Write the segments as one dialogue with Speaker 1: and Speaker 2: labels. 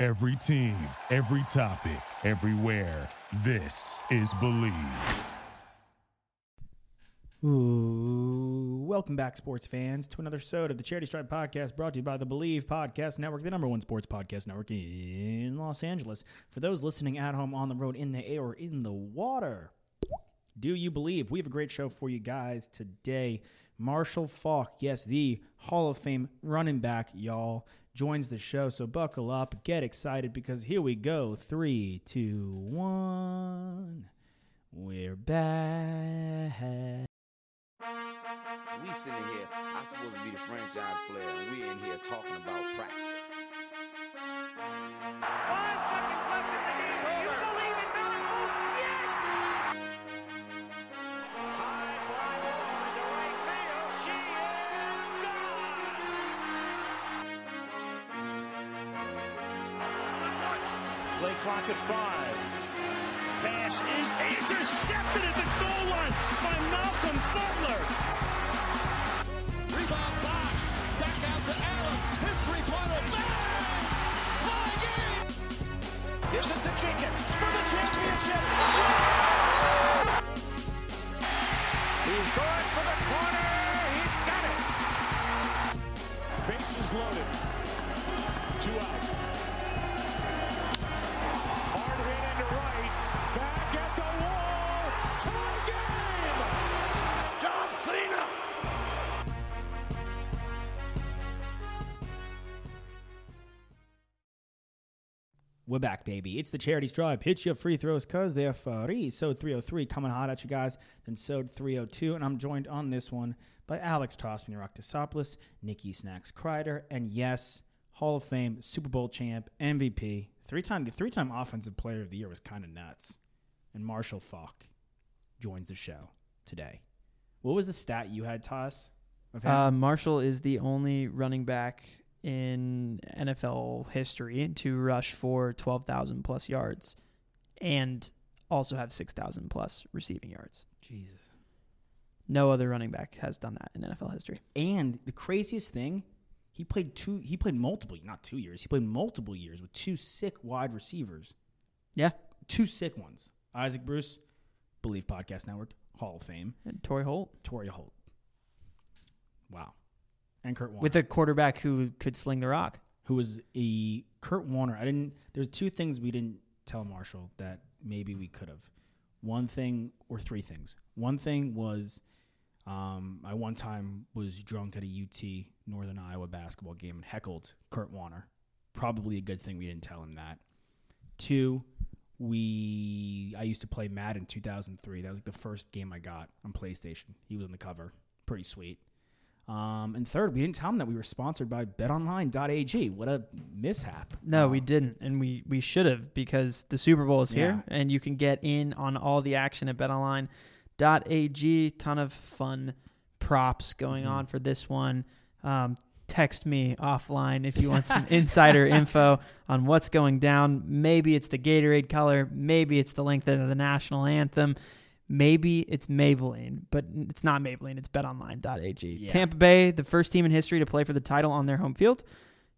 Speaker 1: Every team, every topic, everywhere. This is Believe.
Speaker 2: Ooh, welcome back, sports fans, to another episode of the Charity Stripe Podcast, brought to you by the Believe Podcast Network, the number one sports podcast network in Los Angeles. For those listening at home, on the road, in the air, or in the water, do you believe? We have a great show for you guys today. Marshall Falk, yes, the Hall of Fame running back, y'all, joins the show. So buckle up, get excited, because here we go. Three, two, one. We're back.
Speaker 3: We sitting here, I'm supposed to be the franchise player, and we in here talking about practice.
Speaker 4: Five seconds left in the game. Do you believe in miracles? Yes! High fly ball into right field. She is gone!
Speaker 5: Play clock at five. Pass is intercepted at the goal line by Malcolm Butler. Rebound box. Back out to Allen. His three-pointer. Bang! Tie game. Gives it to Jenkins for the championship. He's going for the corner. He's got it. Bases loaded. Two out. Hard hit into right. Back at the wall. Tie game. John Cena.
Speaker 2: We're back, baby. It's the charity stripe. Hit your free throws because they're free. So 303 coming hot at you guys. Then so 302. And I'm joined on this one by Alex Tossman Rocktosopoulos, Nikki Snacks Kreider, and yes, Hall of Fame, Super Bowl champ, MVP. Three time the three time offensive player of the year was kind of nuts. And Marshall Falk joins the show today. What was the stat you had, Toss? Of him?
Speaker 6: Uh, Marshall is the only running back in NFL history to rush for 12,000 plus yards and also have 6,000 plus receiving yards.
Speaker 2: Jesus.
Speaker 6: No other running back has done that in NFL history.
Speaker 2: And the craziest thing, he played two. He played multiple, not two years. He played multiple years with two sick wide receivers,
Speaker 6: Yeah.
Speaker 2: two sick ones. Isaac Bruce, Believe Podcast Network, Hall of Fame,
Speaker 6: And Torrey Holt
Speaker 2: Torrey Holt. Wow, and Kurt Warner,
Speaker 6: with a quarterback who could sling the rock.
Speaker 2: who was a Kurt Warner. I didn't. There's two things we didn't tell Marshall that maybe we could have. One thing or three things. One thing was Um, I one time was drunk at a UT Northern Iowa basketball game and heckled Kurt Warner. Probably a good thing we didn't tell him that. Two, we I used to play Madden 2003. That was like the first game I got on PlayStation. He was on the cover, pretty sweet. Um, and third, we didn't tell him that we were sponsored by BetOnline.ag. What a mishap!
Speaker 6: No, we didn't, and we we should have because the Super Bowl is here, and you can get in on all the action at BetOnline.ag. Ton of fun props going on for this one. Um, text me offline if you want some insider info on what's going down. Maybe it's the Gatorade color, maybe it's the length of the national anthem. Maybe it's Maybelline, but it's not Maybelline. It's betonline.ag. Tampa Bay, the first team in history to play for the title on their home field,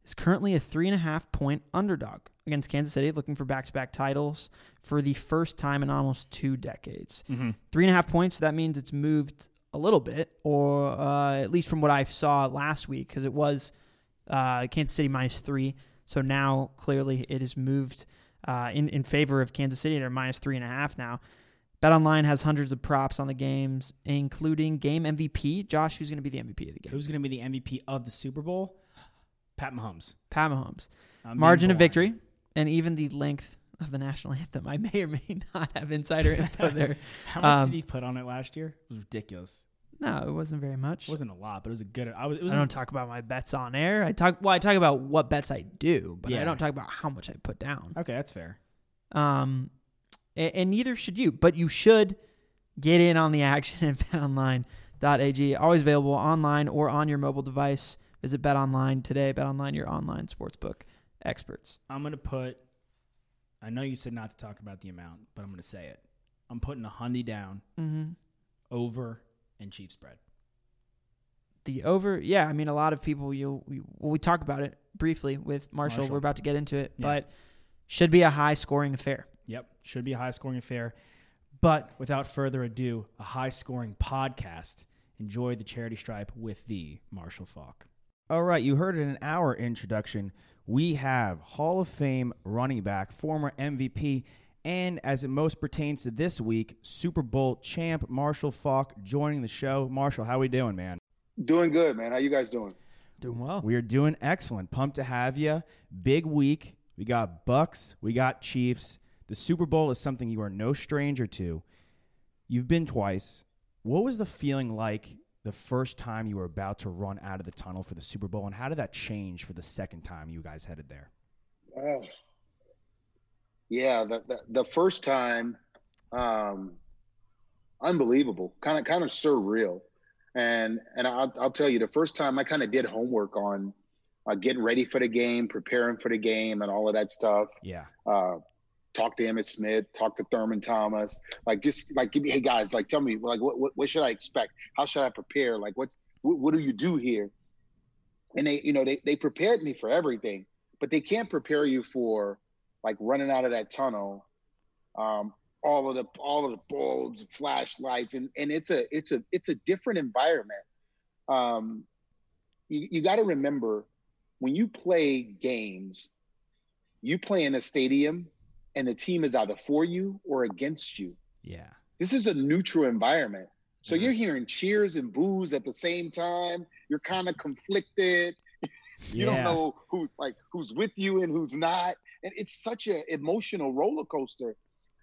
Speaker 6: is currently a three and a half point underdog against Kansas City, looking for back to back titles for the first time in almost two decades. Three and a half points, that means it's moved a little bit, or uh, at least from what I saw last week, because it was uh, Kansas City minus three. So now clearly it is moved uh, in, in favor of Kansas City. They're minus three and a half now. BetOnline has hundreds of props on the games, including game MVP. Josh, who's going to be the MVP of the game?
Speaker 2: Who's going to be the MVP of the Super Bowl? Pat Mahomes.
Speaker 6: Pat Mahomes.
Speaker 2: I'm
Speaker 6: Margin
Speaker 2: being
Speaker 6: of
Speaker 2: blind.
Speaker 6: victory and even the length of the national anthem. I may or may not have insider info there.
Speaker 2: How much
Speaker 6: Um,
Speaker 2: did he put on it last year? It was ridiculous.
Speaker 6: No, it wasn't very much.
Speaker 2: It wasn't a lot, but it was a good. I was. It was
Speaker 6: I don't talk about my bets on air. I talk well, I talk about what bets I do, but
Speaker 2: Yeah.
Speaker 6: I don't talk about how much I put down.
Speaker 2: okay, that's fair.
Speaker 6: Um a- and, neither should you, but you should get in on the action at betonline.ag. Always available online or on your mobile device. Visit betonline today. Betonline, your online sportsbook experts.
Speaker 2: I'm gonna put. I know you said not to talk about the amount, but I'm gonna say it. I'm putting a hundy down
Speaker 6: Mm-hmm.
Speaker 2: over and Chiefs spread.
Speaker 6: The over, yeah. I mean, a lot of people. You, we, well, we talked about it briefly with Marshall.
Speaker 2: Marshall.
Speaker 6: We're about to get into it,
Speaker 2: Yeah.
Speaker 6: but should be a high scoring affair.
Speaker 2: Yep. Should be a high scoring affair. But without further ado, a high scoring podcast. Enjoy the charity stripe with the Marshall Falk. All right. You heard it in our introduction. We have Hall of Fame running back, former MVP, and as it most pertains to this week, Super Bowl champ Marshall Falk joining the show. Marshall, how we doing, man?
Speaker 7: Doing good, man. How you guys doing?
Speaker 6: Doing well.
Speaker 2: We are doing excellent. Pumped to have you. Big week. We got Bucks. We got Chiefs. The Super Bowl is something you are no stranger to. You've been twice. What was the feeling like the first time you were about to run out of the tunnel for the Super Bowl, and how did that change for the second time you guys headed there?
Speaker 7: Oh. Yeah, the, the the first time, um, unbelievable, kind of kind of surreal, and and I'll I'll tell you the first time I kind of did homework on uh, getting ready for the game, preparing for the game, and all of that stuff.
Speaker 2: Yeah,
Speaker 7: Uh, talk to Emmett Smith, talk to Thurman Thomas, like just like give me, hey guys, like tell me, like what what, what should I expect? How should I prepare? Like what's what, what do you do here? And they, you know, they they prepared me for everything, but they can't prepare you for like running out of that tunnel. Um, all of the all of the bulbs, flashlights, and and it's a it's a it's a different environment. Um, you you got to remember when you play games, you play in a stadium and the team is either for you or against you.
Speaker 2: yeah,
Speaker 7: This is a neutral environment. So you're hearing cheers and boos at the same time. You're kind of conflicted.
Speaker 2: Yeah.
Speaker 7: You don't know who's like who's with you and who's not. And it's such an emotional roller coaster.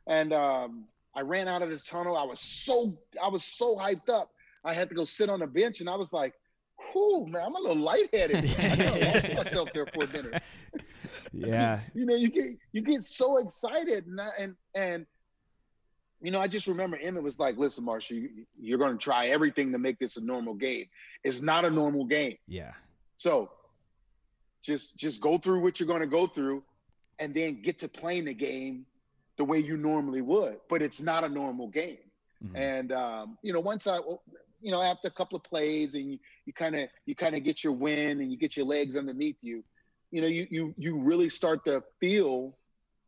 Speaker 7: And um, I ran out of the tunnel. I was so I was so hyped up. I had to go sit on a bench and I was like, whew, man, I'm a little lightheaded. I kind of lost myself there for a minute
Speaker 2: yeah,
Speaker 7: you know, you get you get so excited, and I, and and you know, I just remember Emmett was like, "Listen, Marshall, you, you're going to try everything to make this a normal game. It's not a normal game.
Speaker 2: yeah,
Speaker 7: So just just go through what you're going to go through, and then get to playing the game the way you normally would. But it's not a normal game.
Speaker 2: Mhm.
Speaker 7: And um, you know, once I, you know, after a couple of plays, and you kind of you kind of get your win, and you get your legs underneath you. You know, you you you really start to feel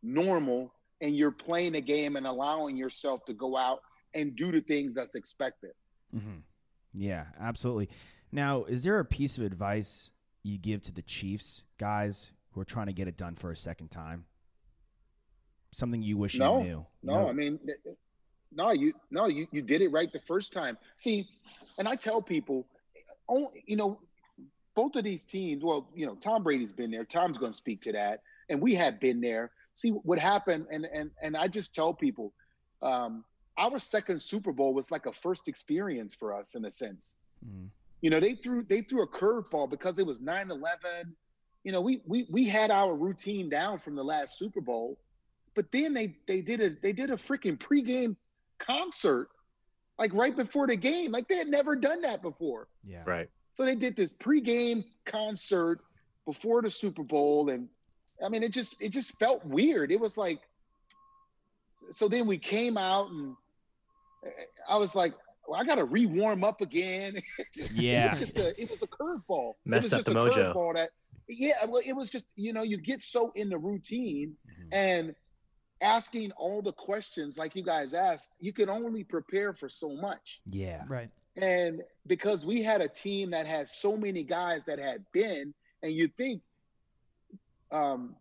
Speaker 7: normal, and you're playing the game and allowing yourself to go out and do the things that's expected.
Speaker 2: Mm-hmm. Yeah, absolutely. Now, is there a piece of advice you give to the Chiefs guys who are trying to get it done for a second time? Something you wish
Speaker 7: No,
Speaker 2: you knew?
Speaker 7: No, I mean, th- th- no, you no, you you did it right the first time. See, and I tell people, only you know, both of these teams. Well, you know, Tom Brady's been there. Tom's going to speak to that, and we have been there. See what happened, and and and I just tell people, um, our second Super Bowl was like a first experience for us in a sense.
Speaker 2: Mhm.
Speaker 7: You know, they threw they threw a curveball because it was 9-11. You know, we we we had our routine down from the last Super Bowl but then they they did a they did a freaking pregame concert like right before the game like they had never done that before
Speaker 2: yeah,
Speaker 8: Right.
Speaker 7: so they did this pregame concert before the super bowl and i mean it just it just felt weird it was like so then we came out and i was like well, i gotta re-warm up again it
Speaker 2: yeah,
Speaker 7: was just a it was a curveball. It
Speaker 8: Messed
Speaker 7: was
Speaker 8: up
Speaker 7: just
Speaker 8: the
Speaker 7: a
Speaker 8: mojo.
Speaker 7: curveball That yeah, well, it was just you know you get so in the routine
Speaker 2: Mhm.
Speaker 7: and asking all the questions like you guys asked, you can only prepare for so much.
Speaker 2: yeah,
Speaker 6: Right.
Speaker 7: And because we had a team that had so many guys that had been, and you think um,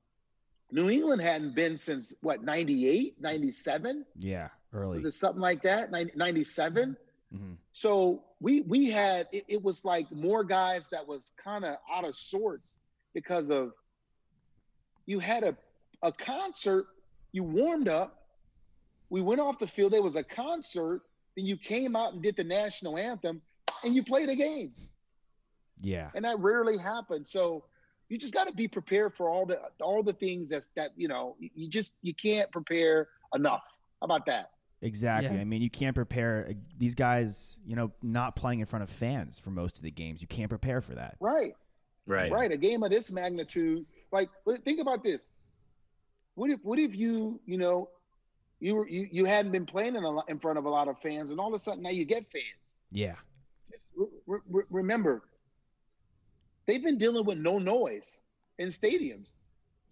Speaker 7: New England hadn't been since what 98, 97?
Speaker 2: yeah. Early.
Speaker 7: Was it something like that? 90- 97?
Speaker 2: Mhm.
Speaker 7: So we we had it, it was like more guys that was kind of out of sorts because of you had a a concert, you warmed up, we went off the field, there was a concert, then you came out and did the national anthem and you played a game.
Speaker 2: Yeah,
Speaker 7: And that rarely happened. So you just got to be prepared for all the all the things that's that you know, you- you just you can't prepare enough. How about that?
Speaker 2: exactly.
Speaker 6: Yeah.
Speaker 2: I mean, you can't prepare uh, these guys. You know, not playing in front of fans for most of the games. You can't prepare for that.
Speaker 7: Right.
Speaker 8: Right.
Speaker 7: right a game of this magnitude like but think about this what if what if you you know you were you, you hadn't been playing in, a lot, in front of a lot of fans and all of a sudden now you get fans
Speaker 2: Yeah,
Speaker 7: Just re- re- re- remember, they've been dealing with no noise in stadiums,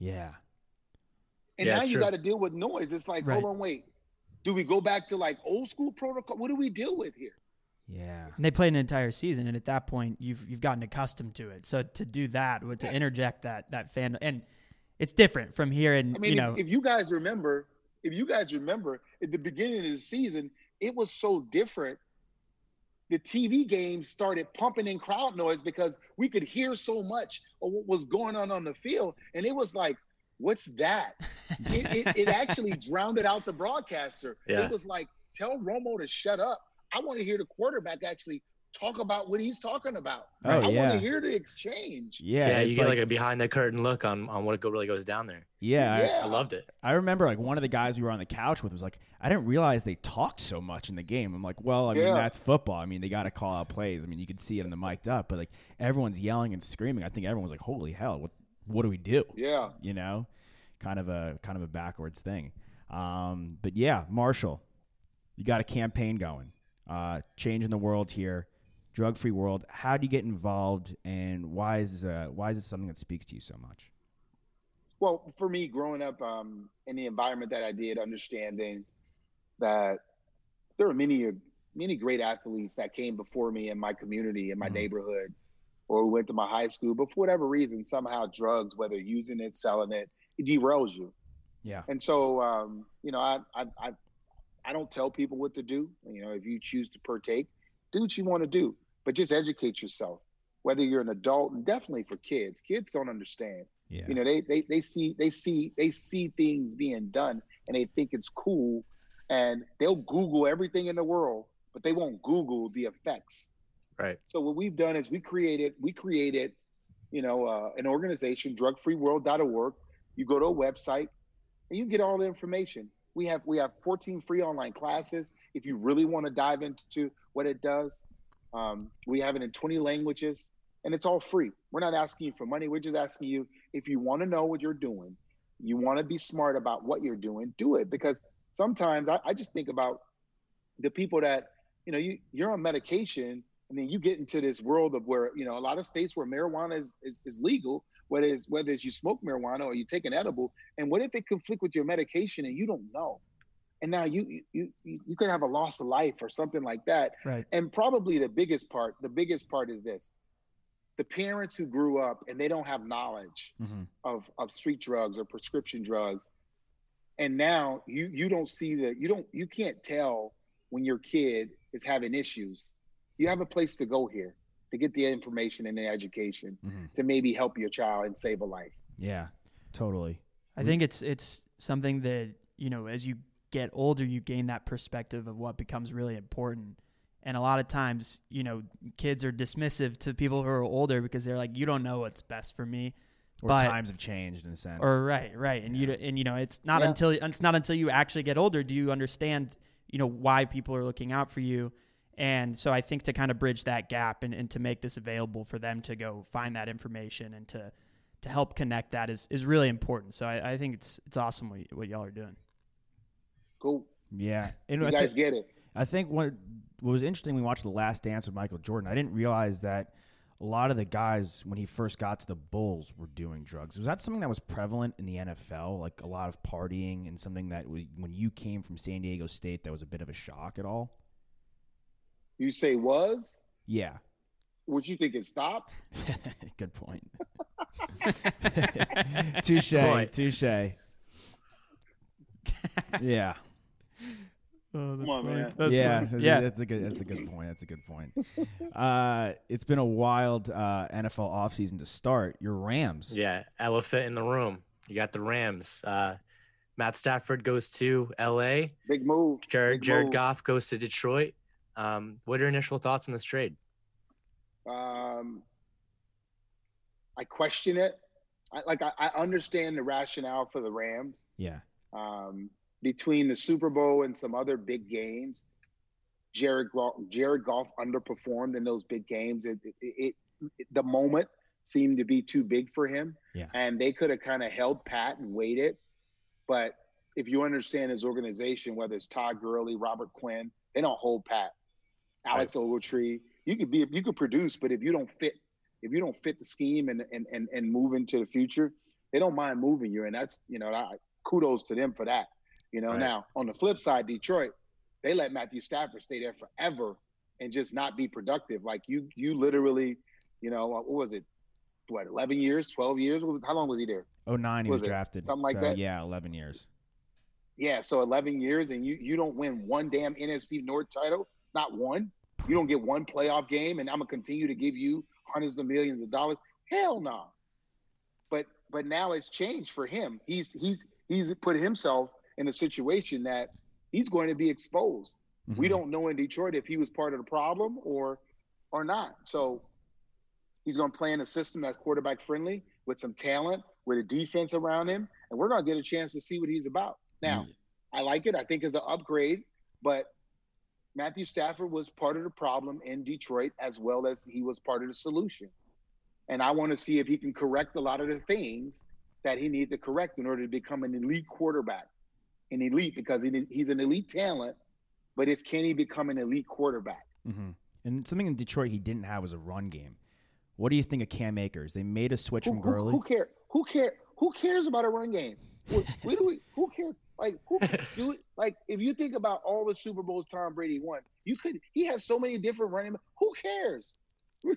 Speaker 9: Yeah.
Speaker 7: and
Speaker 6: Yeah,
Speaker 7: now
Speaker 6: it's
Speaker 7: you
Speaker 6: true.
Speaker 7: got to deal with noise. It's like,
Speaker 6: Right.
Speaker 7: hold on, wait. Do we go back to like old school protocol? What do we deal with here?
Speaker 9: Yeah.
Speaker 6: And they played an entire season, and at that point, you've you've gotten accustomed to it. So to do that, to interject that that fan, and it's different from here. And
Speaker 7: I mean,
Speaker 6: you
Speaker 7: if-
Speaker 6: know,
Speaker 7: if, you guys remember, if you guys remember at the beginning of the season, it was so different. The TV game started pumping in crowd noise because we could hear so much of what was going on on the field, and it was like, "What's that?" it, it, it actually drowned it out the broadcaster.
Speaker 8: Yeah.
Speaker 7: It was like, "Tell Romo to shut up. I want to hear the quarterback actually talk about what he's talking about.
Speaker 9: Oh
Speaker 7: I want
Speaker 9: yeah.
Speaker 7: to hear the exchange."
Speaker 9: yeah.
Speaker 8: Yeah, you
Speaker 9: it's
Speaker 8: get
Speaker 9: like-
Speaker 8: like a behind the curtain look on on what go- really goes down there.
Speaker 2: Yeah, I-
Speaker 8: I loved it.
Speaker 2: I remember like one of the guys we were on the couch with was like, I didn't realize they talked so much in the game. I'm like, well, I mean
Speaker 7: Yeah.
Speaker 2: that's football. I mean they got to call out plays. I mean you could see it in the mic'd up, but like everyone's yelling and screaming. I think everyone's like, holy hell, what what do we do?
Speaker 7: yeah.
Speaker 2: You know, kind of a kind of a backwards thing. Um, but yeah, Marshall, you got a campaign going, uh, changing the world here, drug free world. How do you get involved, and why is uh, why is this something that speaks to you so much?
Speaker 7: well for me growing up um, in the environment that i did understanding that there were many many great athletes that came before me in my community in my
Speaker 2: Mhm.
Speaker 7: neighborhood or went to my high school but for whatever reason somehow drugs whether using it selling it it derails you
Speaker 2: Yeah.
Speaker 7: and so um, you know I, I i i don't tell people what to do you know if you choose to partake do what you want to do but just educate yourself whether you're an adult and definitely for kids kids don't understand
Speaker 2: Yeah.
Speaker 7: you know they, they they see they see they see things being done and they think it's cool and they'll google everything in the world but they won't google the effects
Speaker 8: Right.
Speaker 7: so what we've done is we created we created you know uh, an organization drugfreeworld.org you go to a website and you get all the information we have we have 14 free online classes if you really want to dive into what it does um, we have it in 20 languages and it's all free we're not asking you for money we're just asking you if you want to know what you're doing you want to be smart about what you're doing do it because sometimes i, I just think about the people that you know you, you're on medication and then you get into this world of where you know a lot of states where marijuana is, is, is legal whether it's whether it's you smoke marijuana or you take an edible and what if they conflict with your medication and you don't know and now you you you, you could have a loss of life or something like that
Speaker 6: right?
Speaker 7: and probably the biggest part the biggest part is this the parents who grew up and they don't have knowledge
Speaker 2: Mhm.
Speaker 7: of of street drugs or prescription drugs and now you you don't see the you don't you can't tell when your kid is having issues you have a place to go here to get the information and the education
Speaker 2: Mhm.
Speaker 7: to maybe help your child and save a life
Speaker 2: Yeah. Totally.
Speaker 6: I think it's it's something that you know as you get older, you gain that perspective of what becomes really important. And a lot of times, you know, kids are dismissive to people who are older because they're like, "You don't know what's best for me."
Speaker 2: Or
Speaker 6: But-
Speaker 2: times have changed in a sense.
Speaker 6: Or right, right, and you you and you know it's not
Speaker 7: Yeah.
Speaker 6: until it's not until you actually get older do you understand you know why people are looking out for you, and so I think to kind of bridge that gap and, and to make this available for them to go find that information and to to help connect that is is really important. So I, I think it's it's awesome what, y- what y'all are doing.
Speaker 7: go
Speaker 2: yeah, and
Speaker 7: you
Speaker 2: I,
Speaker 7: guys
Speaker 2: think
Speaker 7: get it
Speaker 2: I think what what was interesting when we watched the Last Dance with Michael Jordan, I didn't realize that a lot of the guys when he first got to the Bulls were doing drugs. Was that something that was prevalent in the NFL, like a lot of partying and something that was, when you came from San Diego State that was a bit of a shock at all?
Speaker 7: you say was
Speaker 2: Yeah,
Speaker 7: would you think it stopped
Speaker 2: good point. touche,
Speaker 8: Point.
Speaker 2: touche. yeah.
Speaker 6: Oh,
Speaker 7: Come on, man.
Speaker 2: yeah, that's,
Speaker 6: Yeah.
Speaker 2: that's a good that's a good point. That's a good point. Uh, it's been a wild uh, NFL offseason to start. Your Rams,
Speaker 8: Yeah, elephant in the room. You got the Rams. Uh, Matt Stafford goes to L.A.
Speaker 7: big move
Speaker 8: Jared
Speaker 7: big
Speaker 8: Jared
Speaker 7: move.
Speaker 8: Goff goes to Detroit. Um, what are your initial thoughts on this trade?
Speaker 7: Um, I question it. I, like I, I understand the rationale for the Rams
Speaker 2: yeah,
Speaker 7: um, between the Super Bowl and some other big games. Jared Goff, Jared Goff underperformed in those big games. It, it, it, it the moment seemed to be too big for him,
Speaker 2: Yeah.
Speaker 7: and they could have kind of held pat and waited. But if you understand his organization, whether it's Todd Gurley, Robert Quinn, they don't hold pat. Alex Ogletree, you could be you could produce, but if you don't fit if you don't fit the scheme and and and, and move into the future, they don't mind moving you, and that's you know I, kudos to them for that. You know
Speaker 8: Right.
Speaker 7: now on the flip side, Detroit they let Matthew Stafford stay there forever and just not be productive. Like you you literally you know what was it what eleven years, twelve years? What was- How long was he there?
Speaker 10: Oh nine, he was,
Speaker 7: Was it
Speaker 10: drafted.
Speaker 7: something like
Speaker 10: So,
Speaker 7: that?
Speaker 10: Yeah, eleven years.
Speaker 7: Yeah, so 11 years and you you don't win one damn NFC North title, not one. You don't get one playoff game and I'm going to continue to give you hundreds of millions of dollars. Hell no. But but now it's changed for him. He's he's he's put himself in a situation that he's going to be exposed. We
Speaker 10: Mhm.
Speaker 7: don't know in Detroit if he was part of the problem or or not. So he's going to play in a system that's quarterback friendly with some talent, with a defense around him, and we're going to get a chance to see what he's about. Now, I like it. I think it's an upgrade, but Matthew Stafford was part of the problem in Detroit as well as he was part of the solution. And I want to see if he can correct a lot of the things that he needs to correct in order to become an elite quarterback, an elite because he, he's an elite talent. But it's can he become an elite quarterback?
Speaker 10: hmm And something in Detroit he didn't have was a run game. What do you think of Cam Akers? They made a switch
Speaker 7: Who,
Speaker 10: from
Speaker 7: who,
Speaker 10: Gurley.
Speaker 7: who care? Who care? Who cares about a run game? Who, who do we, who cares? Like who do we, like if you think about all the Super Bowls Tom Brady won, you could he has so many different running. back- Who cares?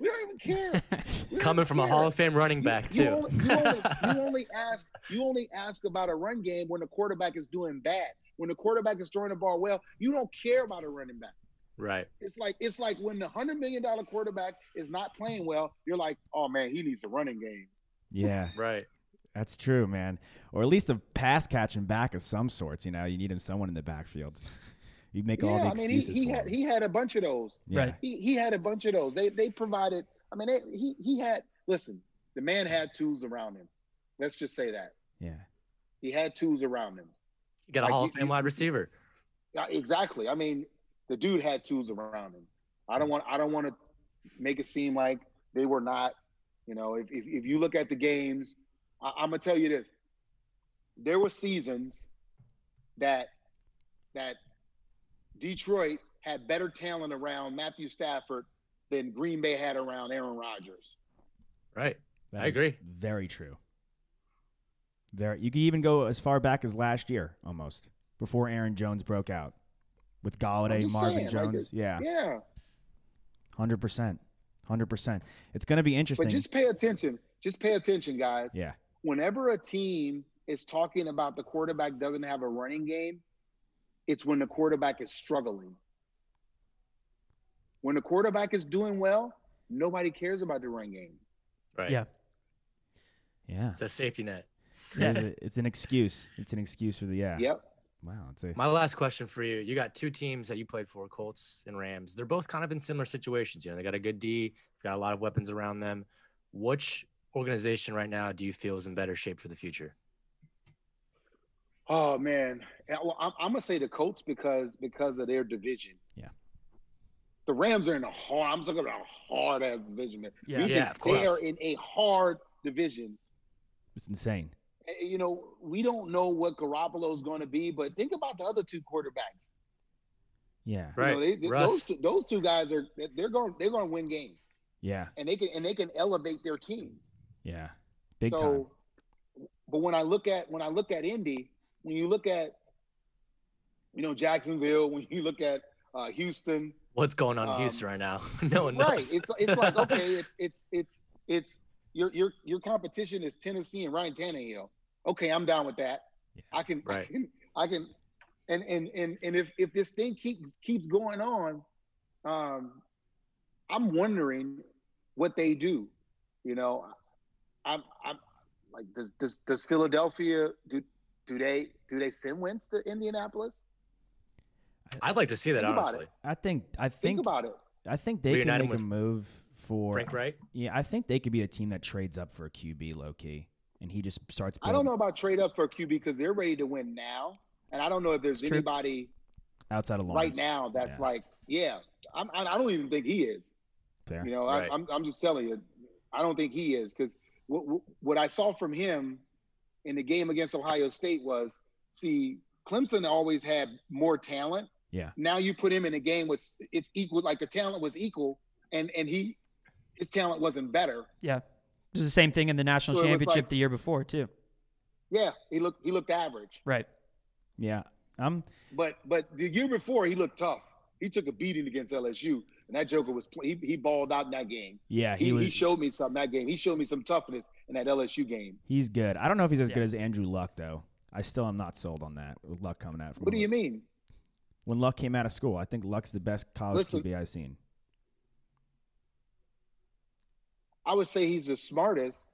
Speaker 7: We don't even care. We don't
Speaker 8: Coming
Speaker 7: even
Speaker 8: from a
Speaker 7: care.
Speaker 8: Hall of Fame running
Speaker 7: You-
Speaker 8: back
Speaker 7: you,
Speaker 8: too.
Speaker 7: only, you, only, you only ask you only ask about a run game when the quarterback is doing bad. When the quarterback is throwing the ball well, you don't care about a running back.
Speaker 8: right.
Speaker 7: It's like it's like when the hundred million dollar quarterback is not playing well, you're like, oh man, he needs a running game.
Speaker 10: Yeah,
Speaker 8: Right.
Speaker 10: that's true, man. Or at least a pass catching back of some sorts. You know, you need him someone in the backfield. You make all
Speaker 7: yeah,
Speaker 10: the
Speaker 7: I mean, he,
Speaker 10: excuses
Speaker 7: he
Speaker 10: for
Speaker 7: had
Speaker 10: him.
Speaker 7: he had a bunch of those.
Speaker 10: yeah.
Speaker 6: Right.
Speaker 7: He he had a bunch of those. They they provided. I mean, they, he he had. Listen, the man had tools around him. Let's just say that
Speaker 10: Yeah.
Speaker 7: he had tools around him.
Speaker 8: You got a
Speaker 7: Like,
Speaker 8: Hall
Speaker 7: you-
Speaker 8: of Fame
Speaker 7: you-
Speaker 8: wide receiver.
Speaker 7: Yeah, exactly. I mean, the dude had tools around him. I don't want I don't want to make it seem like they were not. You know, if if, if you look at the games, I, I'm gonna tell you this: there were seasons that that Detroit had better talent around Matthew Stafford than Green Bay had around Aaron Rodgers.
Speaker 8: Right.
Speaker 10: That
Speaker 8: I
Speaker 10: is
Speaker 8: agree.
Speaker 10: Very true. Very. You could even go as far back as last year, almost before Aaron Jones broke out with Galladay,
Speaker 7: just
Speaker 10: Marvin
Speaker 7: saying, like,
Speaker 10: Jones.
Speaker 7: it's-
Speaker 10: yeah,
Speaker 7: Yeah,
Speaker 10: hundred percent, hundred percent. It's going to be interesting.
Speaker 7: but just pay attention. Just pay attention, guys.
Speaker 10: yeah,
Speaker 7: whenever a team is talking about the quarterback doesn't have a running game, it's when the quarterback is struggling. When the quarterback is doing well, nobody cares about the run game.
Speaker 8: Right.
Speaker 6: Yeah.
Speaker 10: yeah.
Speaker 8: It's a safety net.
Speaker 10: It is a- it's an excuse. It's an excuse for the yeah.
Speaker 7: Yep.
Speaker 10: Wow. It's a,
Speaker 8: My last question for you: You got two teams that you played for, Colts and Rams. They're both kind of in similar situations. You know, they got a good D, they've got a lot of weapons around them. Which organization right now do you feel is in better shape for the future?
Speaker 7: Oh man. Yeah, Well, I'm, I'm gonna say the Colts because because of their division.
Speaker 10: Yeah.
Speaker 7: The Rams are in a hard. I'm talking about a hard ass division. Man.
Speaker 6: Yeah.
Speaker 7: You
Speaker 8: Yeah,
Speaker 7: think
Speaker 8: of course.
Speaker 7: They are in a hard division.
Speaker 10: it's insane.
Speaker 7: Eh, you know, we don't know what Garoppolo's going to be, but think about the other two quarterbacks.
Speaker 10: Yeah.
Speaker 7: You know,
Speaker 8: Right,
Speaker 7: they- they-
Speaker 8: Russ.
Speaker 7: those two, those two guys are they- they're going they're going to win games,
Speaker 10: Yeah.
Speaker 7: and they can and they can elevate their teams.
Speaker 10: Yeah. Big
Speaker 7: so,
Speaker 10: time.
Speaker 7: but when I look at when I look at Indy, when you look at you know Jacksonville, when you look at uh, Houston,
Speaker 8: What's going on in
Speaker 7: Um,
Speaker 8: Houston right now? no one knows.
Speaker 7: right? It's it's like okay, it's it's it's it's your your your competition is Tennessee and Ryan Tannehill. Okay, I'm down with that.
Speaker 10: Yeah.
Speaker 7: I can I
Speaker 8: Right.
Speaker 7: can I can and and and and if if this thing keep keeps going on, um, I'm wondering what they do. You know, I'm I'm like does does does Philadelphia do do they do they send wins to Indianapolis?
Speaker 8: I'd like to see that
Speaker 7: Think about
Speaker 8: honestly.
Speaker 10: I think. I think.
Speaker 7: Think, about it.
Speaker 10: I think they can
Speaker 8: Reunite 'em
Speaker 10: make a
Speaker 8: with
Speaker 10: move for.
Speaker 8: Frank Wright.
Speaker 10: Yeah, I think they could be a team that trades up for a QB low key, and he just starts.
Speaker 7: I don't
Speaker 10: building
Speaker 7: know about trade up for a QB because they're ready to win now, and I don't know if there's
Speaker 6: It's true.
Speaker 7: anybody.
Speaker 10: outside of
Speaker 7: right
Speaker 10: Lawrence.
Speaker 7: now that's
Speaker 10: Yeah.
Speaker 7: like, yeah, I'm, I, I don't even think he is.
Speaker 10: Fair.
Speaker 7: You know,
Speaker 8: Right.
Speaker 7: I, I'm, I'm just telling you, I don't think he is because what, what, what I saw from him in the game against Ohio State was see, Clemson always had more talent,
Speaker 10: Yeah.
Speaker 7: Now you put him in a game with it's equal, like the talent was equal, and and he his talent wasn't better.
Speaker 6: Yeah. It was the same thing in the national
Speaker 7: So it was
Speaker 6: championship
Speaker 7: like-
Speaker 6: the year before too.
Speaker 7: Yeah, he looked he looked average,
Speaker 6: Right.
Speaker 10: Yeah. um, I'm
Speaker 7: but but the year before he looked tough. He took a beating against LSU, and that Joker was play, he he balled out in that game.
Speaker 10: yeah,
Speaker 7: He,
Speaker 10: he,
Speaker 7: he,
Speaker 10: was
Speaker 7: showed me something that game. He showed me some toughness in that LSU game.
Speaker 10: he's good. I don't know if he's as
Speaker 6: Yeah.
Speaker 10: good as Andrew Luck though. I still am not sold on that with Luck coming out from
Speaker 7: What do you mean?
Speaker 10: when Luck came out of school. I think Luck's the best college
Speaker 7: Listen.
Speaker 10: QB I've seen.
Speaker 7: I would say he's the smartest.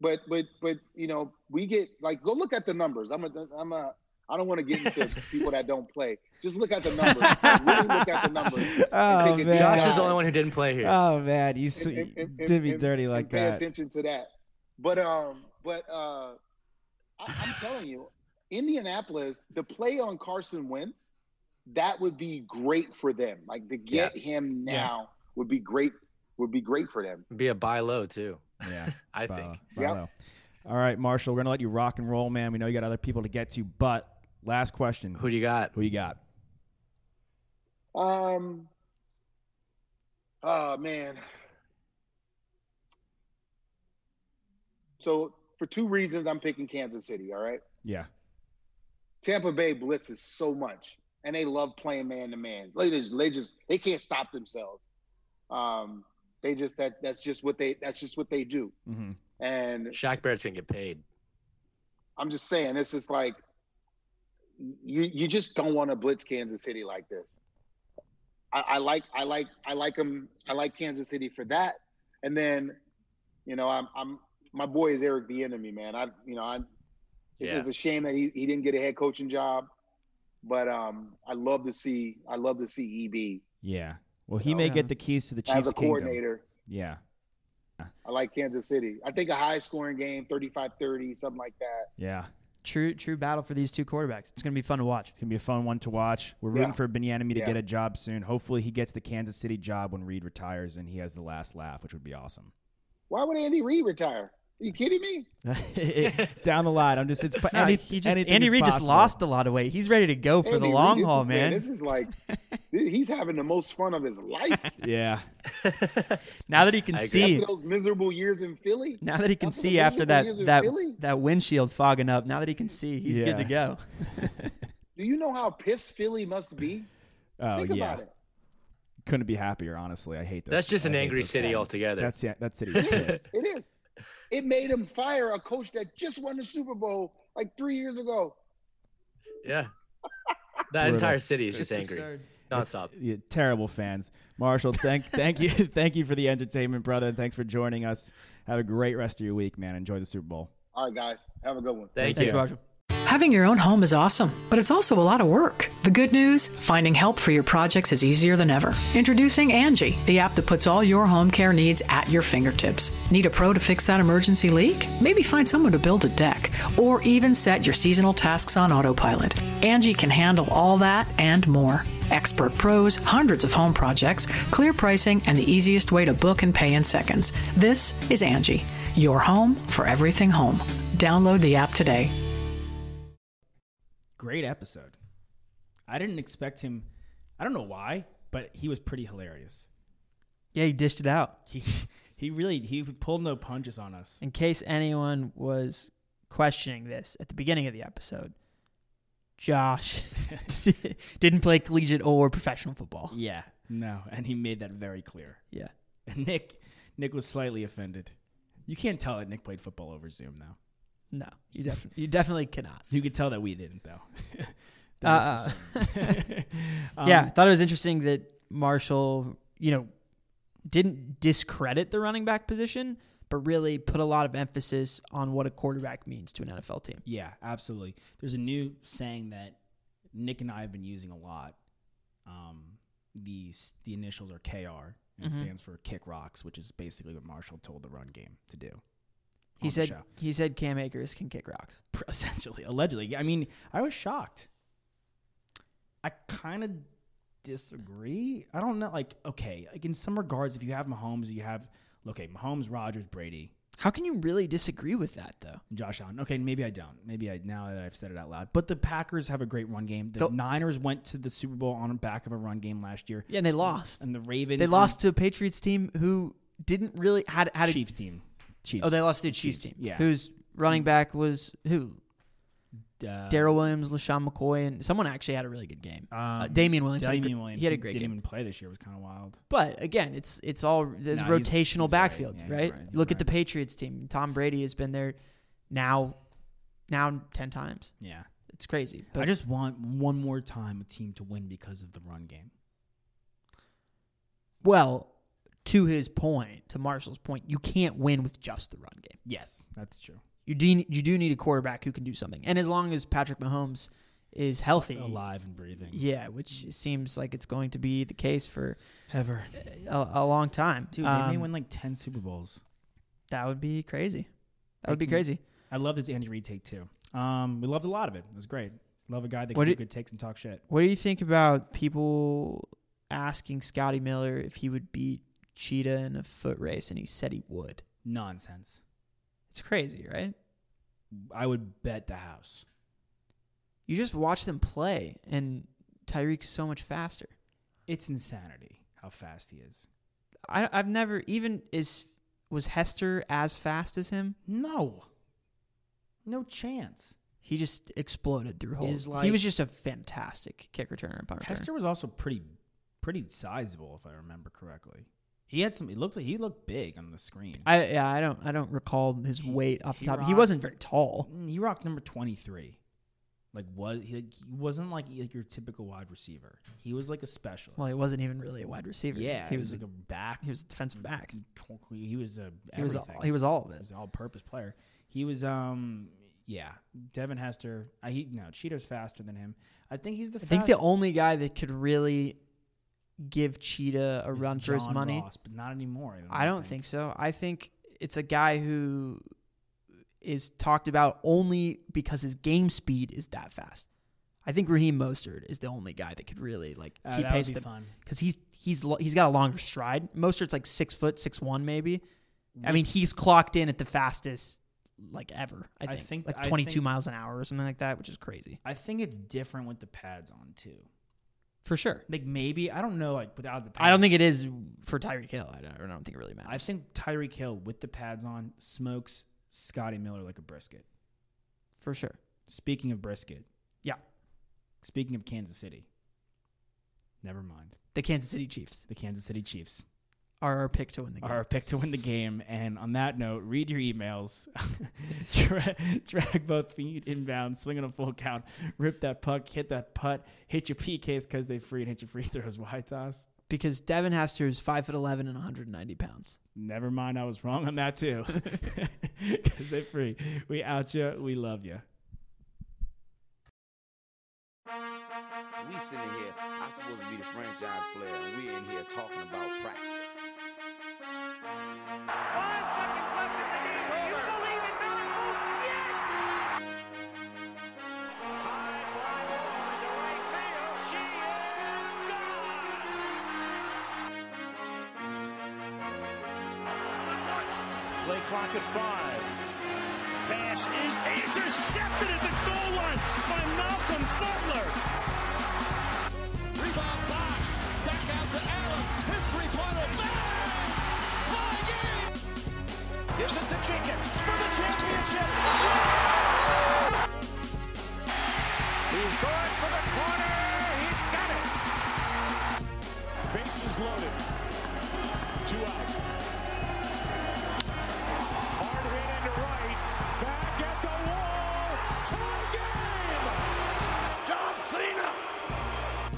Speaker 7: But but but you know we get like go look at the numbers. I'm a I'm a I don't want to get into people that don't play. Just look at the numbers. Like, really look at the numbers.
Speaker 10: Oh,
Speaker 7: take a
Speaker 10: man.
Speaker 7: deep
Speaker 8: Josh
Speaker 7: dive
Speaker 8: is the only one who didn't play here.
Speaker 10: Oh man, you
Speaker 7: and- and- and-
Speaker 10: did me
Speaker 7: and-
Speaker 10: dirty
Speaker 7: and
Speaker 10: like
Speaker 7: pay
Speaker 10: that.
Speaker 7: attention to that. But um, but uh, I, I'm telling you, Indianapolis, the play on Carson Wentz, that would be great for them. Like to get him
Speaker 6: Yeah.
Speaker 7: now would be great. Would be great for them.
Speaker 8: Be a buy low too.
Speaker 10: Yeah.
Speaker 8: I
Speaker 10: By-
Speaker 8: think.
Speaker 10: by
Speaker 7: Yep.
Speaker 10: low. All right, Marshall, we're gonna let you rock and roll, man. We know you got other people to get to, but last question:
Speaker 8: Who do you got?
Speaker 10: Who you got?
Speaker 7: Um. Oh man. So for two reasons, I'm picking Kansas City. All right.
Speaker 10: Yeah,
Speaker 7: Tampa Bay blitzes so much, and they love playing man to man. They just, they just they can't stop themselves. Um, they just that that's just what they that's just what they do.
Speaker 10: hmm
Speaker 7: And
Speaker 8: Shaq Barrett's gonna get paid.
Speaker 7: I'm just saying, this is like you you just don't want to blitz Kansas City like this. I, I like I like I like them I like Kansas City for that. And then, you know, I'm I'm my boy is Eric the enemy, man. I you know, I it's,
Speaker 8: Yeah.
Speaker 7: it's a shame that he, he didn't get a head coaching job. But um I love to see I love to see E B
Speaker 10: yeah. Well, he
Speaker 6: Oh,
Speaker 10: may
Speaker 6: yeah.
Speaker 10: get the keys to the Chiefs'
Speaker 7: as a
Speaker 10: kingdom.
Speaker 7: coordinator.
Speaker 10: Yeah,
Speaker 7: I like Kansas City. I think a high scoring game, 35-30, something like that.
Speaker 10: yeah.
Speaker 6: True true battle for these two quarterbacks. It's gonna be fun to watch.
Speaker 10: It's gonna be a fun one to watch. We're rooting
Speaker 7: Yeah.
Speaker 10: for Benyamini to
Speaker 7: Yeah.
Speaker 10: get a job soon. Hopefully, he gets the Kansas City job when Reed retires and he has the last laugh, which would be awesome.
Speaker 7: Why would Andy Reid retire? Are you kidding me?
Speaker 10: Down the line, I'm just it's
Speaker 6: No,
Speaker 10: any,
Speaker 6: he just
Speaker 10: anything
Speaker 6: Andy
Speaker 10: is
Speaker 6: Reid just
Speaker 10: possible.
Speaker 6: lost a lot of weight. He's ready to go for
Speaker 7: Andy
Speaker 6: the
Speaker 7: Reid,
Speaker 6: long
Speaker 7: this
Speaker 6: haul,
Speaker 7: is-
Speaker 6: man.
Speaker 7: This is like he's having the most fun of his life
Speaker 10: Yeah,
Speaker 6: now that he can
Speaker 8: I agree.
Speaker 6: see
Speaker 7: after those miserable years in Philly.
Speaker 6: now that he can
Speaker 7: After the
Speaker 6: see after
Speaker 7: miserable
Speaker 6: that
Speaker 7: years in
Speaker 6: that
Speaker 7: Philly?
Speaker 6: that windshield fogging up, now that he can see, he's good to
Speaker 10: Yeah.
Speaker 6: go.
Speaker 7: Do you know how pissed Philly must be?
Speaker 10: oh
Speaker 7: Think
Speaker 10: yeah,
Speaker 7: about it.
Speaker 10: couldn't be happier. Honestly, I hate this.
Speaker 8: That's just an angry city altogether.
Speaker 10: That's yeah, that city's pissed.
Speaker 7: It is. It made him fire a coach that just won the Super Bowl like three years ago.
Speaker 8: yeah. That
Speaker 10: Brutal.
Speaker 8: entire city is just angry. Nonstop.
Speaker 10: Yeah, terrible fans. Marshall, thank thank you thank you for the entertainment, brother, and thanks for joining us. Have a great rest of your week, man. Enjoy the Super Bowl.
Speaker 7: All right, guys, have a good one.
Speaker 8: Thank
Speaker 6: Thanks,
Speaker 8: you.
Speaker 6: Roger.
Speaker 11: Having your own home is awesome, but it's also a lot of work. The good news finding help for your projects is easier than ever. Introducing Angie, the app that puts all your home care needs at your fingertips. Need a pro to fix that emergency leak? Maybe find someone to build a deck, or even set your seasonal tasks on autopilot. Angie can handle all that and more. Expert pros, hundreds of home projects, clear pricing, and the easiest way to book and pay in seconds. This is Angie, your home for everything home. Download the app today.
Speaker 2: Great episode. I didn't expect him. I don't know why, but he was pretty hilarious.
Speaker 6: Yeah, he dished it out.
Speaker 2: He he really he pulled no punches on us.
Speaker 6: In case anyone was questioning this at the beginning of the episode, Josh didn't play collegiate or professional football.
Speaker 2: Yeah, no, and he made that very clear.
Speaker 6: Yeah.
Speaker 2: And Nick Nick was slightly offended. You can't tell that Nick played football over Zoom though.
Speaker 6: No, you definitely you definitely cannot.
Speaker 2: You could tell that we didn't though. That
Speaker 6: Uh,
Speaker 2: is for certain. Um,
Speaker 6: yeah, I thought it was interesting that Marshall, you know, didn't discredit the running back position, but really put a lot of emphasis on what a quarterback means to an NFL team.
Speaker 2: Yeah, absolutely. There's a new saying that Nick and I have been using a lot. Um, the s- the initials are KR, and it stands for kick rocks, which is basically what Marshall told the run game to do.
Speaker 6: He
Speaker 2: on the
Speaker 6: said
Speaker 2: show.
Speaker 6: he said Cam Akers can kick rocks.
Speaker 2: essentially, allegedly. I mean, I was shocked. I kind of disagree. I don't know. Like, okay, like in some regards, if you have Mahomes, you have okay, Mahomes, Rogers, Brady.
Speaker 6: How can you really disagree with that though?
Speaker 2: Josh Allen. Okay, maybe I don't. Maybe I now that I've said it out loud. But the Packers have a great run game. The
Speaker 6: Go-
Speaker 2: Niners went to the Super Bowl on the back of a run game last year.
Speaker 6: Yeah, and they lost.
Speaker 2: And the Ravens
Speaker 6: They
Speaker 2: and
Speaker 6: lost to a Patriots team who didn't really had had a,
Speaker 2: Chiefs team. Chiefs.
Speaker 6: Oh, they lost to a Chiefs,
Speaker 2: Chiefs,
Speaker 6: team.
Speaker 2: yeah. Mm.
Speaker 6: whose running back was who?
Speaker 2: Uh,
Speaker 6: Daryl Williams, LaShawn McCoy, and someone actually had a really good game. uh,
Speaker 2: um,
Speaker 6: Damian Williams. had a
Speaker 2: Damian
Speaker 6: gr-
Speaker 2: Williams.
Speaker 6: He had a
Speaker 2: who
Speaker 6: great
Speaker 2: didn't
Speaker 6: game.
Speaker 2: even play this year. Was kind of wild.
Speaker 6: But again, it's it's all there's
Speaker 2: No, he's-
Speaker 6: rotational
Speaker 2: he's right.
Speaker 6: backfield,
Speaker 2: Yeah,
Speaker 6: right?
Speaker 2: he's right. He's
Speaker 6: Look at
Speaker 2: right.
Speaker 6: the Patriots team. Tom Brady has been there now now 10 times.
Speaker 2: Yeah.
Speaker 6: It's crazy. But
Speaker 2: I just want one more time a team to win because of the run game.
Speaker 6: well, to his point, to Marshall's point, you can't win with just the run game.
Speaker 2: Yes, that's true.
Speaker 6: You do you do need a quarterback who can do something. And as long as Patrick Mahomes is healthy,
Speaker 2: Alive and breathing.
Speaker 6: yeah, which seems like it's going to be the case for
Speaker 2: Ever.
Speaker 6: a, a long time.
Speaker 2: Dude, they may
Speaker 6: Um,
Speaker 2: win like 10 Super Bowls.
Speaker 6: that would be crazy. That would be
Speaker 2: can-
Speaker 6: crazy.
Speaker 2: I love this Andy Reid take too. Um, we loved a lot of it. It was great. Love a guy that
Speaker 6: What
Speaker 2: can do
Speaker 6: did-
Speaker 2: good takes and talk shit.
Speaker 6: What do you think about people asking Scotty Miller if he would beat Cheetah in a foot race, and he said he would?
Speaker 2: Nonsense.
Speaker 6: It's crazy, right?
Speaker 2: I would bet the house.
Speaker 6: You just watch them play, and Tyreek's so much faster.
Speaker 2: It's insanity how fast he is.
Speaker 6: I, I've never even is was Hester as fast as him?
Speaker 2: No. No chance.
Speaker 6: He just exploded through holes.
Speaker 2: Is
Speaker 6: he
Speaker 2: like-
Speaker 6: was just a fantastic kick returner and punt returner.
Speaker 2: Hester was also pretty pretty sizable if I remember correctly. He had some it looked like he looked big on the screen.
Speaker 6: I yeah, I don't I don't recall his weight off the
Speaker 2: he
Speaker 6: top. He
Speaker 2: rocked-
Speaker 6: wasn't very tall.
Speaker 2: Mm, He rocked number 23. Like was he, like, he wasn't like, like your typical wide receiver. He was like a specialist.
Speaker 6: Well, he wasn't even really a wide receiver.
Speaker 2: yeah,
Speaker 6: he was
Speaker 2: like a back.
Speaker 6: he was a defensive back.
Speaker 2: He was a
Speaker 6: He was
Speaker 2: everything.
Speaker 6: all, he was all of
Speaker 2: He was
Speaker 6: it.
Speaker 2: an all-purpose player. He was um yeah, Devin Hester. I he no, Cheeto's faster than him. I think he's the
Speaker 6: I think the only guy that could really give Cheetah a
Speaker 2: is
Speaker 6: run for his
Speaker 2: John
Speaker 6: money.
Speaker 2: Ross, but not anymore.
Speaker 6: I don't think so. I think it's a guy who is talked about only because his game speed is that fast. I think Raheem Mostert is the only guy that could really like
Speaker 2: Uh,
Speaker 6: keep
Speaker 2: that would
Speaker 6: pace
Speaker 2: be
Speaker 6: with him
Speaker 2: fun.
Speaker 6: because he's he's lo- he's got a longer stride. Mostert's like six foot six one maybe. I mean he's clocked in at the fastest like ever. I
Speaker 2: I
Speaker 6: think,
Speaker 2: think- I
Speaker 6: like twenty two
Speaker 2: think-
Speaker 6: miles an hour or something like that, which is crazy
Speaker 2: I think it's different with the pads on too.
Speaker 6: for sure.
Speaker 2: Like maybe I don't know. Like without the pads,
Speaker 6: I don't think it is for Tyreek Hill. I don't, I don't think it really matters.
Speaker 2: I think Tyreek Hill with the pads on smokes Scotty Miller like a brisket.
Speaker 6: for sure.
Speaker 2: Speaking of brisket,
Speaker 6: Yeah,
Speaker 2: speaking of Kansas City, never mind.
Speaker 6: the Kansas City Chiefs
Speaker 2: The Kansas City Chiefs.
Speaker 6: are our pick to win the game.
Speaker 2: our pick to win the game. And on that note, read your emails, Dra- drag both feet inbound, swing on a full count, rip that puck, hit that putt, hit your PKs because they free, and hit your free throws. Why toss?
Speaker 6: because Devin Hester is five foot eleven and 190 pounds.
Speaker 2: Never mind, I was wrong on that too. Because they free. We out you. We love you.
Speaker 3: We sitting here, I supposed to be the franchise player, and we in here talking about practice.
Speaker 4: Five seconds left in the game. Do you believe in miracles? Yes! High fly ball into right field. She is gone!
Speaker 5: Play clock at five. Pass is intercepted at the goal line by Malcolm Butler. Rebound box. Back out to Allen. His three-pointer. Bang! Tie game. Gives it to Jenkins for the championship. He's going for the corner. He's got it. Bases loaded. Two out. Hard hit into right. Back at the wall. Tie game. John Cena.